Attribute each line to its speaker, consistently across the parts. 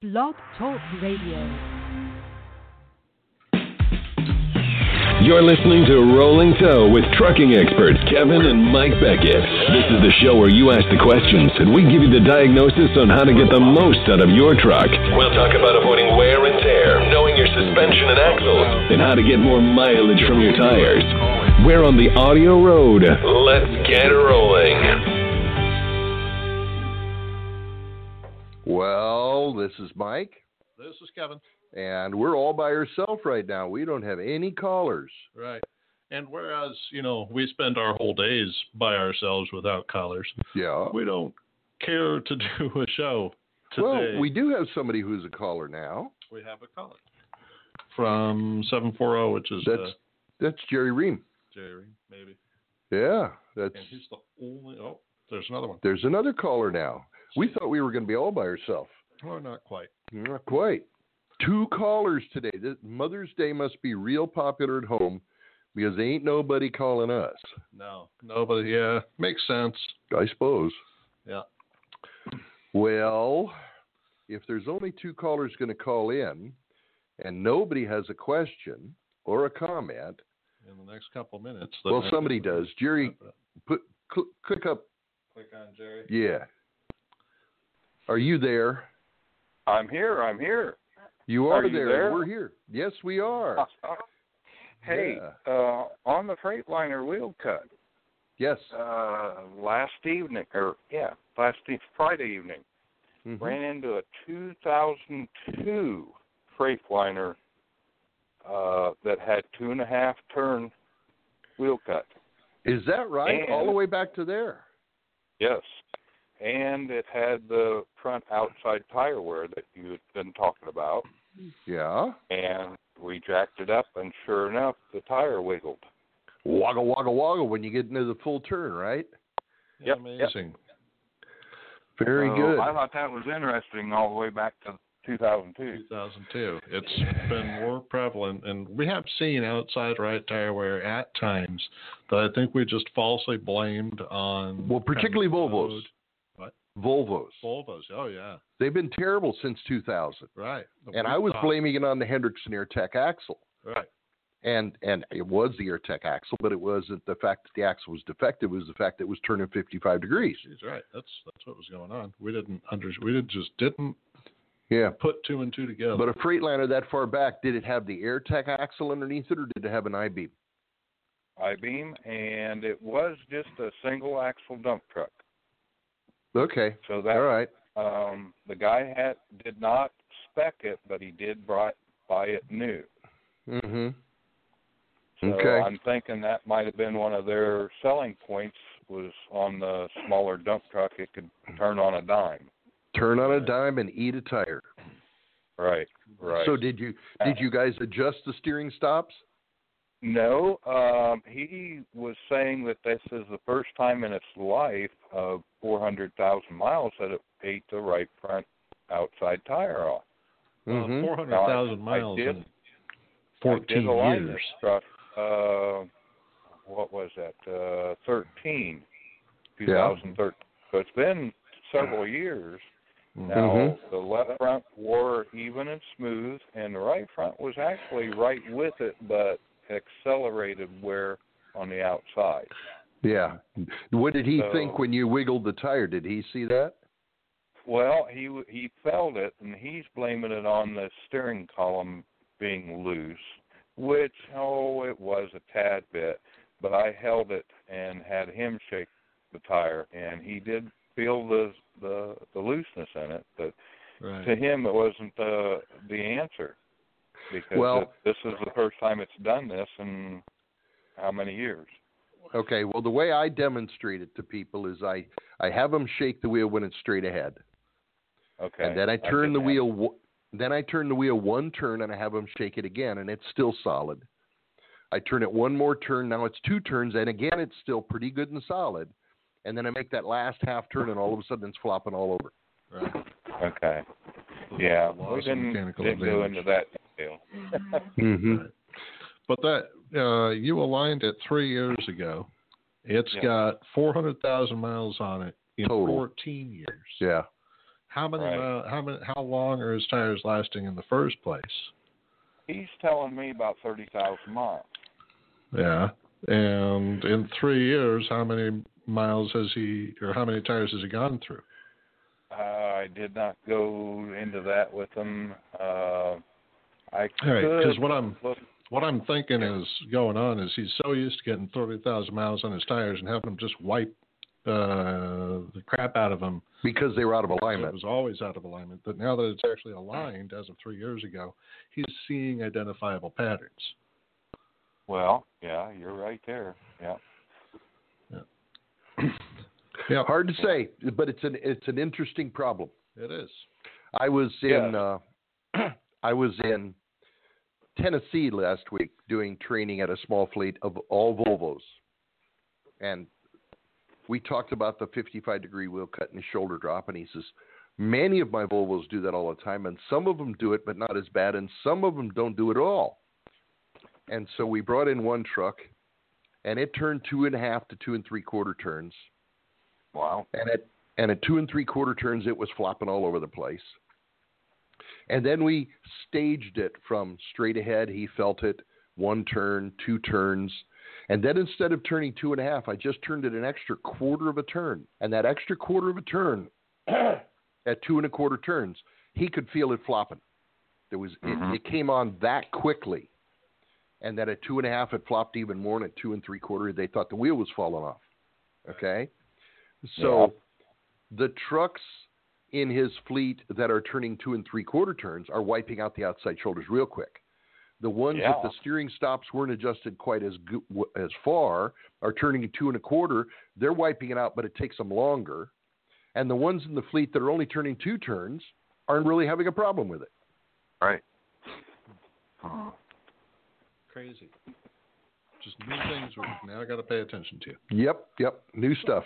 Speaker 1: Blog Talk Radio.
Speaker 2: You're listening to Rolling Toe with trucking experts Kevin and Mike Beckett. This is the show where you ask the questions and we give you the diagnosis on how to get the most out of your truck. We'll talk about avoiding wear and tear, knowing your suspension and axles, and how to get more mileage from your tires. We're on the audio road. Let's get rolling.
Speaker 3: Well, this is Mike,
Speaker 4: This is Kevin.
Speaker 3: and we're all by ourselves right now. We don't have any callers.
Speaker 4: Right. And whereas, you know, we spend our whole days by ourselves without collars,
Speaker 3: Yeah.
Speaker 4: we don't care to do a show today.
Speaker 3: Well, we do have somebody who's a caller now.
Speaker 4: We have a caller from 740, which is
Speaker 3: That's
Speaker 4: uh,
Speaker 3: that's Jerry Ream.
Speaker 4: Jerry, maybe.
Speaker 3: Yeah, that's
Speaker 4: And he's the only. Oh, there's another one.
Speaker 3: there's another caller now. We thought we were going to be all by ourselves.
Speaker 4: Or not quite.
Speaker 3: Not quite. Two callers today. This Mother's Day must be real popular at home because ain't nobody calling us.
Speaker 4: No. No, but yeah, makes sense.
Speaker 3: I suppose.
Speaker 4: Yeah.
Speaker 3: Well, if there's only two callers going to call in and nobody has a question or a comment,
Speaker 4: In the next couple minutes.
Speaker 3: well, somebody does. Jerry, put cl- click up.
Speaker 4: uh, Click on Jerry.
Speaker 3: Yeah. Are you there?
Speaker 5: I'm here. I'm here.
Speaker 3: You
Speaker 5: Are
Speaker 3: are,
Speaker 5: you there?
Speaker 3: We're here. Yes, we are.
Speaker 5: Uh, hey,
Speaker 3: Yeah.
Speaker 5: uh, on the Freightliner wheel cut
Speaker 3: Yes.
Speaker 5: uh, last evening, or yeah, last e- Friday evening,
Speaker 3: Mhm.
Speaker 5: ran into a 2002 Freightliner uh, that had two and a half turn wheel cut.
Speaker 3: Is that right? All the
Speaker 5: And-
Speaker 3: way back to there.
Speaker 5: Yes, and it had the front outside tire wear that you had been talking about,
Speaker 3: Yeah.
Speaker 5: and we jacked it up, and sure enough, the tire wiggled.
Speaker 3: Waggle, waggle, waggle when you get into the full turn, right?
Speaker 5: Yep, yep.
Speaker 4: Amazing.
Speaker 3: Very
Speaker 5: So
Speaker 3: good.
Speaker 5: Oh, I thought that was interesting all the way back to 2002.
Speaker 4: 2002. It's been more prevalent, and we have seen outside right tire wear at times that I think we just falsely blamed on.
Speaker 3: Well, particularly Volvos.
Speaker 4: road.
Speaker 3: Volvos.
Speaker 4: Volvos. Oh yeah,
Speaker 3: They've been terrible since 2000.
Speaker 4: right.
Speaker 3: And
Speaker 4: We
Speaker 3: I was
Speaker 4: thought-
Speaker 3: blaming it on the Hendrickson AirTech axle.
Speaker 4: Right.
Speaker 3: And and it was the AirTech axle, but it wasn't the fact that the axle was defective. It was the fact that it was turning 55 degrees.
Speaker 4: He's right. That's that's what was going on. We didn't under. We did just didn't
Speaker 3: Yeah.
Speaker 4: put two and two together.
Speaker 3: But a Freightliner that far back, did it have the AirTech axle underneath it, or did it have an I-beam?
Speaker 5: I beam, and it was just a single axle dump truck.
Speaker 3: Okay.
Speaker 5: So
Speaker 3: All
Speaker 5: that
Speaker 3: right.
Speaker 5: um, the guy had did not spec it, but he did buy, buy it new.
Speaker 3: Mm-hmm.
Speaker 5: So
Speaker 3: Okay.
Speaker 5: I'm thinking that might have been one of their selling points was on the smaller dump truck. It could turn on a dime.
Speaker 3: Turn on a dime and eat a tire.
Speaker 5: Right. Right. Uh,
Speaker 3: So did you did you guys adjust the steering stops?
Speaker 5: No, um, he was saying that this is the first time in its life of 400,000 miles that it ate the right front outside tire off.
Speaker 3: Mhm.
Speaker 4: Uh, hundred thousand
Speaker 5: Now, I- I
Speaker 4: miles
Speaker 5: did-
Speaker 4: in
Speaker 5: I did
Speaker 4: fourteen
Speaker 5: align
Speaker 4: years.
Speaker 5: This truck, uh, what was that? Uh, 13,
Speaker 3: Yeah.
Speaker 5: 2013. So it's been several years.
Speaker 4: Mm-hmm.
Speaker 5: Now the left front wore even and smooth, and the right front was actually right with it, but accelerated wear on the outside.
Speaker 3: Yeah. What did he
Speaker 5: So-
Speaker 3: think when you wiggled the tire? Did he see that?
Speaker 5: Well, he w- he felt it, and he's blaming it on the steering column being loose, which oh, it was a tad bit, but I held it and had him shake the tire, and he did feel the the the looseness in it, but to
Speaker 4: Right.
Speaker 5: him it wasn't the the answer because
Speaker 3: Well-
Speaker 5: it, this is the first time it's done this in how many years?
Speaker 3: Okay. Well, the way I demonstrate it to people is I I have them shake the wheel when it's straight ahead,
Speaker 5: Okay,
Speaker 3: and then I turn
Speaker 5: did
Speaker 3: the
Speaker 5: that.
Speaker 3: wheel. wo- Then I turn the wheel one turn and I have them shake it again, and it's still solid. I turn it one more turn. Now it's two turns, and again it's still pretty good and solid. And then I make that last half turn, and all of a sudden it's flopping all over.
Speaker 4: Right.
Speaker 5: Okay, yeah,
Speaker 4: Loss
Speaker 5: we
Speaker 4: of
Speaker 5: didn't,
Speaker 4: mechanical
Speaker 5: didn't go
Speaker 4: advantage.
Speaker 5: into that detail.
Speaker 3: Mm-hmm.
Speaker 4: But that uh, you aligned it three years ago. It's
Speaker 5: Yeah.
Speaker 4: got four hundred thousand miles on it in
Speaker 3: Total.
Speaker 4: fourteen years.
Speaker 3: Yeah.
Speaker 4: How many?
Speaker 5: Right.
Speaker 4: mile- how many? How long are his tires lasting in the first place?
Speaker 5: He's telling me about thirty thousand miles.
Speaker 4: Yeah. And in three years, how many miles has he, or how many tires has he gone through?
Speaker 5: Uh, I did not go into that with him. Uh,
Speaker 4: All
Speaker 5: I
Speaker 4: right,
Speaker 5: could
Speaker 4: 'cause what I'm-
Speaker 5: look-
Speaker 4: What I'm thinking is going on is he's so used to getting 30,000 miles on his tires and having them just wipe uh, the crap out of them.
Speaker 3: because they were out of
Speaker 4: It
Speaker 3: alignment.
Speaker 4: was always out of alignment. But now that it's actually aligned as of three years ago, he's seeing identifiable patterns.
Speaker 5: well, yeah, you're right there. Yeah.
Speaker 4: Yeah,
Speaker 3: Hard to say, but it's an it's an interesting problem.
Speaker 4: it is.
Speaker 3: I was in
Speaker 5: Yeah.
Speaker 3: uh, I was in Tennessee last week doing training at a small fleet of all Volvos, and we talked about the 55 degree wheel cut and shoulder drop, and he says many of my Volvos do that all the time, and some of them do it, but not as bad, and some of them don't do it at all. And so we brought in one truck, and it turned two and a half to two and three quarter turns,
Speaker 5: Wow.
Speaker 3: and at and at two and three quarter turns it was flopping all over the place and then we staged it from straight ahead he felt it one turn two turns and then instead of turning two and a half i just turned it an extra quarter of a turn and that extra quarter of a turn at two and a quarter turns he could feel it flopping there was
Speaker 5: Mhm.
Speaker 3: it, it came on that quickly and then at two and a half it flopped even more and at two and three quarter they thought the wheel was falling off okay so the trucks in his fleet that are turning two and three quarter turns are wiping out the outside shoulders real quick. The ones that
Speaker 5: Yeah.
Speaker 3: the steering stops weren't adjusted quite as go- w- as far are turning two and a quarter. They're wiping it out, but it takes them longer. And the ones in the fleet that are only turning two turns aren't really having a problem with it.
Speaker 5: Right. Huh.
Speaker 4: Crazy. Just new things we're now got to pay attention to.
Speaker 3: Yep, yep, new stuff.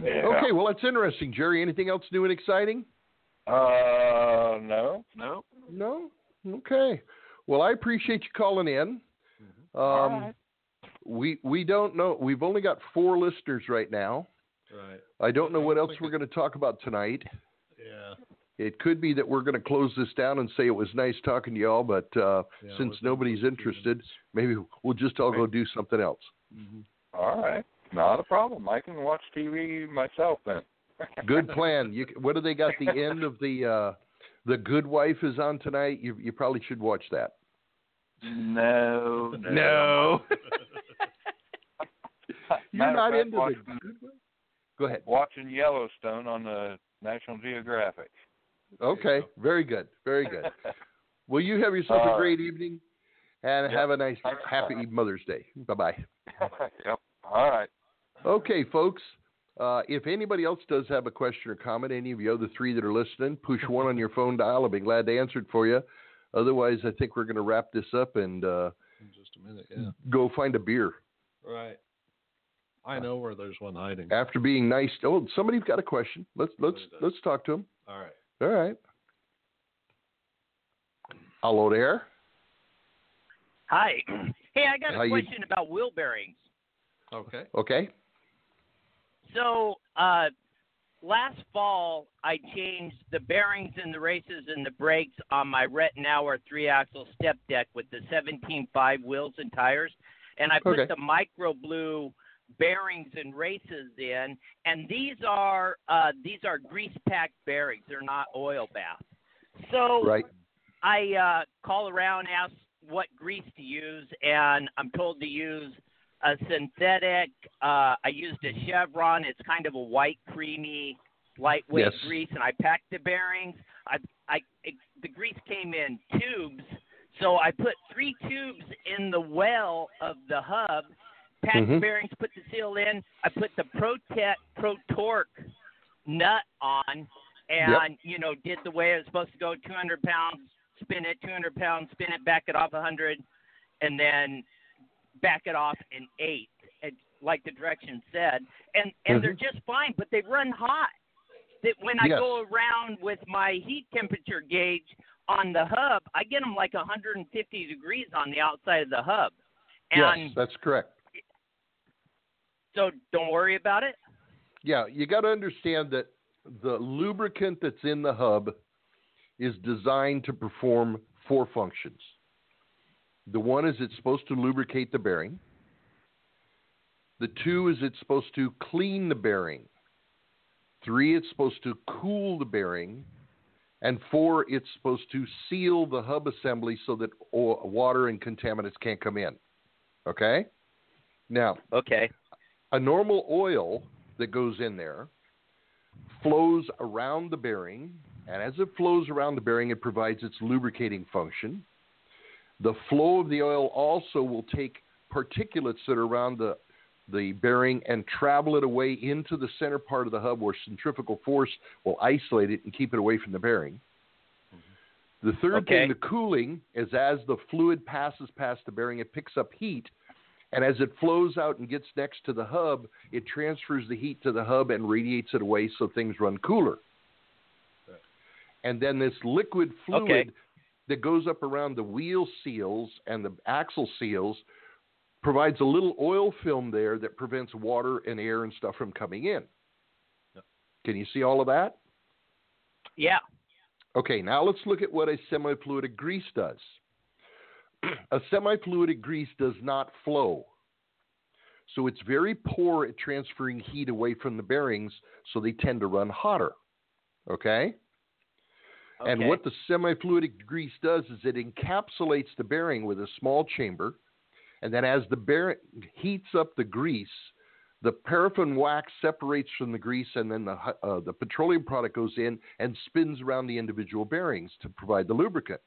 Speaker 5: Yeah.
Speaker 3: Okay, well that's interesting, Jerry. Anything else new and exciting?
Speaker 5: Uh, no. No.
Speaker 3: No? Okay. Well, I appreciate you calling in.
Speaker 4: Mm-hmm.
Speaker 5: All
Speaker 3: Um,
Speaker 5: right.
Speaker 3: we we don't know. We've only got four listeners right now.
Speaker 4: Right.
Speaker 3: I don't know
Speaker 4: I
Speaker 3: what
Speaker 4: don't
Speaker 3: else
Speaker 4: think
Speaker 3: we're
Speaker 4: it-
Speaker 3: going to talk about tonight.
Speaker 4: Yeah.
Speaker 3: It could be that we're going to close this down and say it was nice talking to y'all, but uh,
Speaker 4: yeah
Speaker 3: since
Speaker 4: with-
Speaker 3: nobody's
Speaker 4: with
Speaker 3: interested,
Speaker 4: humans.
Speaker 3: maybe we'll just all go do something else.
Speaker 5: All right. Not a problem. I can watch TV myself then.
Speaker 3: Good plan. You, what do they got? The end of the uh, the Good Wife is on tonight. You you probably should watch that.
Speaker 5: No.
Speaker 3: you're
Speaker 5: Matter of
Speaker 3: not
Speaker 5: fact,
Speaker 3: into the
Speaker 5: watching-
Speaker 3: Good Wife. Go ahead.
Speaker 5: watching Yellowstone on the National Geographic.
Speaker 3: Okay. Very good. Very good. Well, you have yourself
Speaker 5: All
Speaker 3: a
Speaker 5: right.
Speaker 3: great evening and
Speaker 5: Yep.
Speaker 3: have a nice,
Speaker 5: Thanks.
Speaker 3: happy Mother's Day. Bye bye.
Speaker 5: yep. All right.
Speaker 3: Okay, folks. Uh, if anybody else does have a question or comment, any of you other three that are listening, push one on your phone dial. I'll be glad to answer it for you. Otherwise, I think we're going to wrap this up and uh,
Speaker 4: In just a minute. Yeah.
Speaker 3: go find a beer.
Speaker 4: Right. I know where there's one hiding.
Speaker 3: After being nice, oh, somebody's got a question. Let's let's
Speaker 4: Somebody does.
Speaker 3: let's talk to him.
Speaker 4: All right.
Speaker 3: All right. Hello there.
Speaker 6: Hi. Hey, I got a
Speaker 3: How you-
Speaker 6: question about wheel bearings.
Speaker 4: Okay.
Speaker 3: Okay.
Speaker 6: So, uh, last fall, I changed the bearings in the races and the brakes on my Rettenauer three axle step deck with the 17.5 wheels and tires. And I put
Speaker 3: Okay.
Speaker 6: the micro blue bearings and races in. And these are uh, these are grease packed bearings, they're not oil bath. So,
Speaker 3: Right.
Speaker 6: I uh, call around, ask what grease to use, and I'm told to use a synthetic. Uh, I used a Chevron. It's kind of a white, creamy, lightweight
Speaker 3: Yes.
Speaker 6: grease, and I packed the bearings. I, I, it, the grease came in tubes, so I put three tubes in the well of the hub. Packed
Speaker 3: Mhm.
Speaker 6: bearings, put the seal in. I put the Protec Pro Torque nut on and you know did the way it was supposed to go 200 pounds spin it 200 pounds spin it back it off 100 and then back it off an eight and like the direction said and and they're just fine but they run hot that when i
Speaker 3: Mm-hmm. Yes.
Speaker 6: go around with my heat temperature gauge on the hub i get them like 150 degrees on the outside of the hub and
Speaker 3: yes, that's correct.
Speaker 6: so don't worry about it
Speaker 3: Yeah, you got to understand that the lubricant that's in the hub is designed to perform four functions. The one is it's supposed to lubricate the bearing. The two is it's supposed to clean the bearing. Three, it's supposed to cool the bearing. And four, it's supposed to seal the hub assembly so that o- water and contaminants can't come in. Okay? Now,
Speaker 6: Okay.
Speaker 3: a normal oil that goes in there flows around the bearing, and as it flows around the bearing, it provides its lubricating function. The flow of the oil also will take particulates that are around the, the bearing and travel it away into the center part of the hub where centrifugal force will isolate it and keep it away from the bearing. The third
Speaker 6: Okay.
Speaker 3: thing, the cooling, is as the fluid passes past the bearing, it picks up heat and as it flows out and gets next to the hub, it transfers the heat to the hub and radiates it away so things run cooler. And then this liquid fluid
Speaker 6: Okay.
Speaker 3: that goes up around the wheel seals and the axle seals provides a little oil film there that prevents water and air and stuff from coming in. Can you see all of that?
Speaker 6: Yeah.
Speaker 3: Okay, now let's look at what a semi-fluidic grease does. a semi-fluidic grease does not flow. So it's very poor at transferring heat away from the bearings, so they tend to run hotter. Okay?
Speaker 6: Okay.
Speaker 3: And what the semi-fluidic grease does is it encapsulates the bearing with a small chamber, and then as the bearing heats up the grease, the paraffin wax separates from the grease, and then the hu- uh, the petroleum product goes in and spins around the individual bearings to provide the lubricant.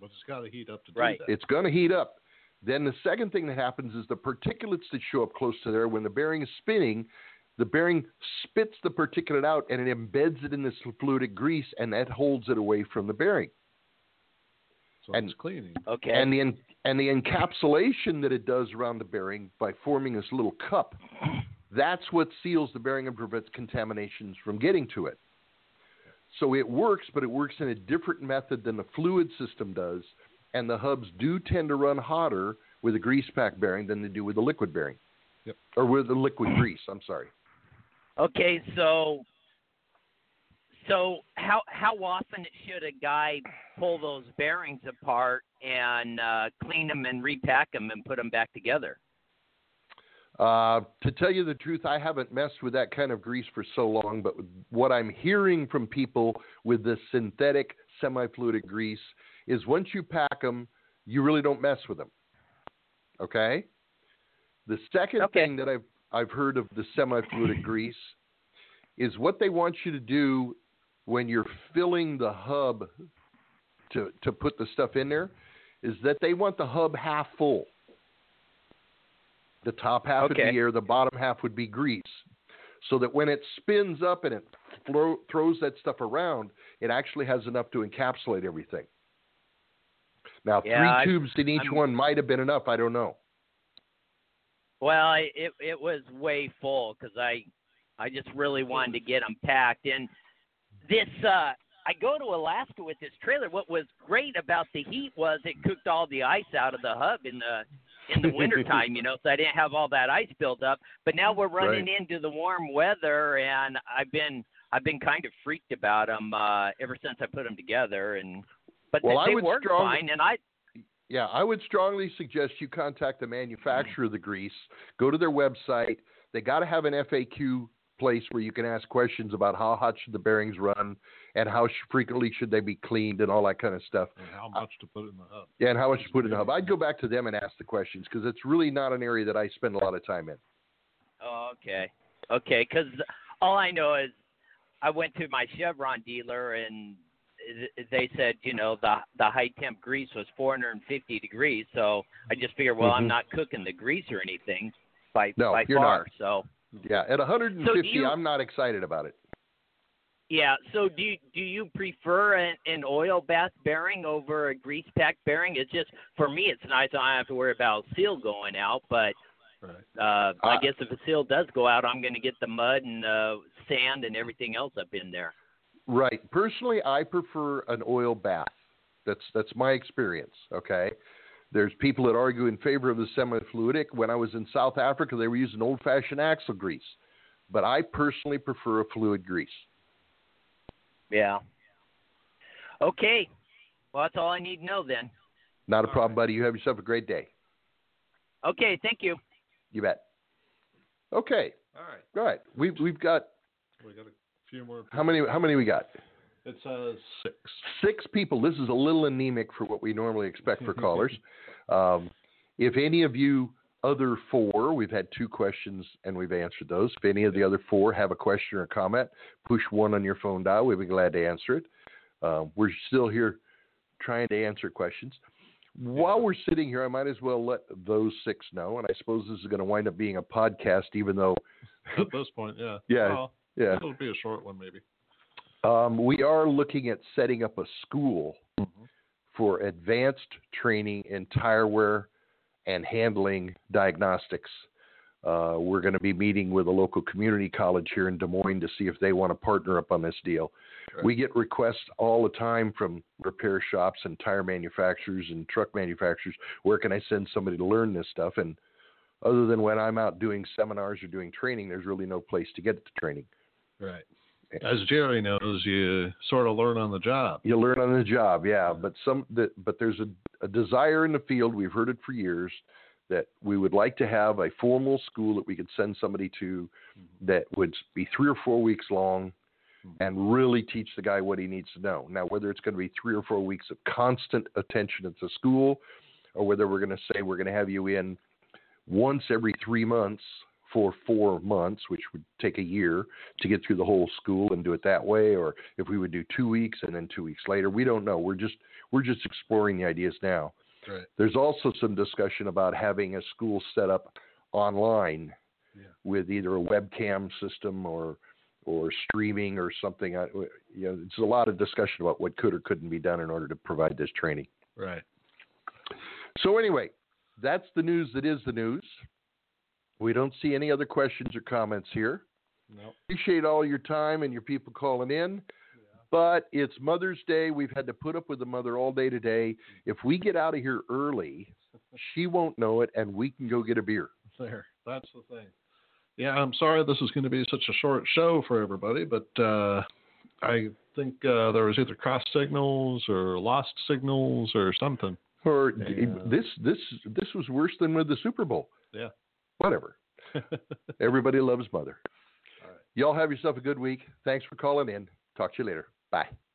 Speaker 4: But it's got to heat up to
Speaker 6: Right.
Speaker 4: do that.
Speaker 3: It's going to heat up. Then the second thing that happens is the particulates that show up close to there when the bearing is spinning. The bearing spits the particulate out and it embeds it in this fluidic grease, and that holds it away from the bearing.
Speaker 4: So
Speaker 3: and-
Speaker 4: it's cleaning.
Speaker 6: okay.
Speaker 3: and the en- and the encapsulation that it does around the bearing by forming this little cup that's what seals the bearing and prevents contaminations from getting to it so it works but it works in a different method than the fluid system does and the hubs do tend to run hotter with a grease pack bearing than they do with a liquid bearing
Speaker 4: Yep.
Speaker 3: or with a liquid grease i'm sorry
Speaker 6: Okay, so so how how often should a guy pull those bearings apart and uh, clean them and repack them and put them back together?
Speaker 3: Uh, to tell you the truth, I haven't messed with that kind of grease for so long, but what I'm hearing from people with the synthetic semi fluidic grease is once you pack them, you really don't mess with them. Okay? The second
Speaker 6: Okay.
Speaker 3: thing that I've, I've heard of the semi fluidic grease is what they want you to do when you're filling the hub to, to put the stuff in there is that they want the hub half full. The top half would
Speaker 6: Okay.
Speaker 3: be air, the bottom half would be grease. So that when it spins up and it thro- throws that stuff around, it actually has enough to encapsulate everything. Now,
Speaker 6: Yeah,
Speaker 3: three
Speaker 6: I-
Speaker 3: tubes in each
Speaker 6: I'm-
Speaker 3: one might have been enough. I don't know.
Speaker 6: Well, I- it it was way full because I I just really wanted to get them packed. And this uh, I go to Alaska with this trailer. What was great about the heat was it cooked all the ice out of the hub in the in the wintertime, you know, so I didn't have all that ice built up. But now we're running into the warm weather, and I've been I've been kind of freaked about them uh, ever since I put them together. And but
Speaker 3: Well, I
Speaker 6: they
Speaker 3: would
Speaker 6: work
Speaker 3: strongly-
Speaker 6: fine, and I
Speaker 3: Yeah, I would strongly suggest you contact the manufacturer of the grease. Go to their website. They got to have an FAQ place where you can ask questions about how hot should the bearings run and how sh- frequently should they be cleaned and all that kind of stuff.
Speaker 4: And how much to put in the hub.
Speaker 3: Yeah, and how much you put in the hub. I'd go back to them and ask the questions because it's really not an area that I spend a lot of time in.
Speaker 6: Oh, okay. Okay, because all I know is I went to my Chevron dealer and th- they said, you know, the the high temp grease was 450 degrees, so I just figured, well, I'm
Speaker 3: Mhm.
Speaker 6: not cooking the grease or anything by
Speaker 3: No,
Speaker 6: by
Speaker 3: you're
Speaker 6: far.
Speaker 3: not.
Speaker 6: So
Speaker 3: Yeah, at 150,
Speaker 6: you-
Speaker 3: I'm not excited about it.
Speaker 6: yeah. So do you, do you prefer an, an oil bath bearing over a grease pack bearing? It's just for me, it's nice. I don't have to worry about seal going out, but
Speaker 4: Right.
Speaker 6: uh, I
Speaker 3: Uh,
Speaker 6: guess if a seal does go out, I'm going to get the mud and uh, sand and everything else up in there.
Speaker 3: Right. Personally, I prefer an oil bath. That's that's my experience. Okay. There's people that argue in favor of the semi-fluidic. When I was in South Africa, they were using old-fashioned axle grease, but I personally prefer a fluid grease.
Speaker 6: Yeah. Okay. Well, that's all I need to know then.
Speaker 3: Not a problem, buddy. You have yourself a great day.
Speaker 6: Okay. Thank you.
Speaker 3: You bet. Okay.
Speaker 4: All right.
Speaker 3: All right. We've we've got
Speaker 4: We got a few more.
Speaker 3: how many how many we got?
Speaker 4: It says six.
Speaker 3: Six people. This is a little anemic for what we normally expect for callers. Um, if any of you other four, we've had two questions and we've answered those. If any of the other four have a question or comment, push one on your phone dial. We'd be glad to answer it. Um, we're still here trying to answer questions. While we're sitting here, I might as well let those six know. And I suppose this is going to wind up being a podcast, even though,
Speaker 4: At this point, yeah.
Speaker 3: Yeah.
Speaker 4: Well,
Speaker 3: yeah,
Speaker 4: It'll be a short one, maybe.
Speaker 3: Um, we are looking at setting up a school for advanced training in tire wear and handling diagnostics. Uh, we're going to be meeting with a local community college here in Des Moines to see if they want to partner up on this deal. We get requests all the time from repair shops and tire manufacturers and truck manufacturers where can I send somebody to learn this stuff? And other than when I'm out doing seminars or doing training, there's really no place to get the training.
Speaker 4: Right.
Speaker 3: Yeah.
Speaker 4: As Jerry knows, you sort of learn on the job.
Speaker 3: You learn on the job, yeah. But some, that, but there's a, a desire in the field. We've heard it for years that we would like to have a formal school that we could send somebody to that would be three or four weeks long and really teach the guy what he needs to know. Now, whether it's going to be three or four weeks of constant attention at the school, or whether we're going to say we're going to have you in once every three months for four months, which would take a year to get through the whole school and do it that way, or if we would do two weeks and then two weeks later, we don't know. We're just we're just exploring the ideas now.
Speaker 4: Right.
Speaker 3: There's also some discussion about having a school set up online
Speaker 4: Yeah.
Speaker 3: with either a webcam system or or streaming or something. I- You know, it's a lot of discussion about what could or couldn't be done in order to provide this training.
Speaker 4: Right.
Speaker 3: So anyway, that's the news that is the news. We don't see any other questions or comments here.
Speaker 4: Nope.
Speaker 3: Appreciate all your time and your people calling in. But it's Mother's Day. We've had to put up with the mother all day today. If we get out of here early, she won't know it and we can go get a beer.
Speaker 4: There. That's the thing. Yeah, I'm sorry this is going to be such a short show for everybody, but uh, I think uh, there was either cross signals or lost signals or something.
Speaker 3: Or
Speaker 4: Yeah.
Speaker 3: this this this was worse than with the Super Bowl.
Speaker 4: Yeah.
Speaker 3: Whatever. Everybody loves mother.
Speaker 4: All right.
Speaker 3: Y'all have yourself a good week. Thanks for calling in. Talk to you later. Bye.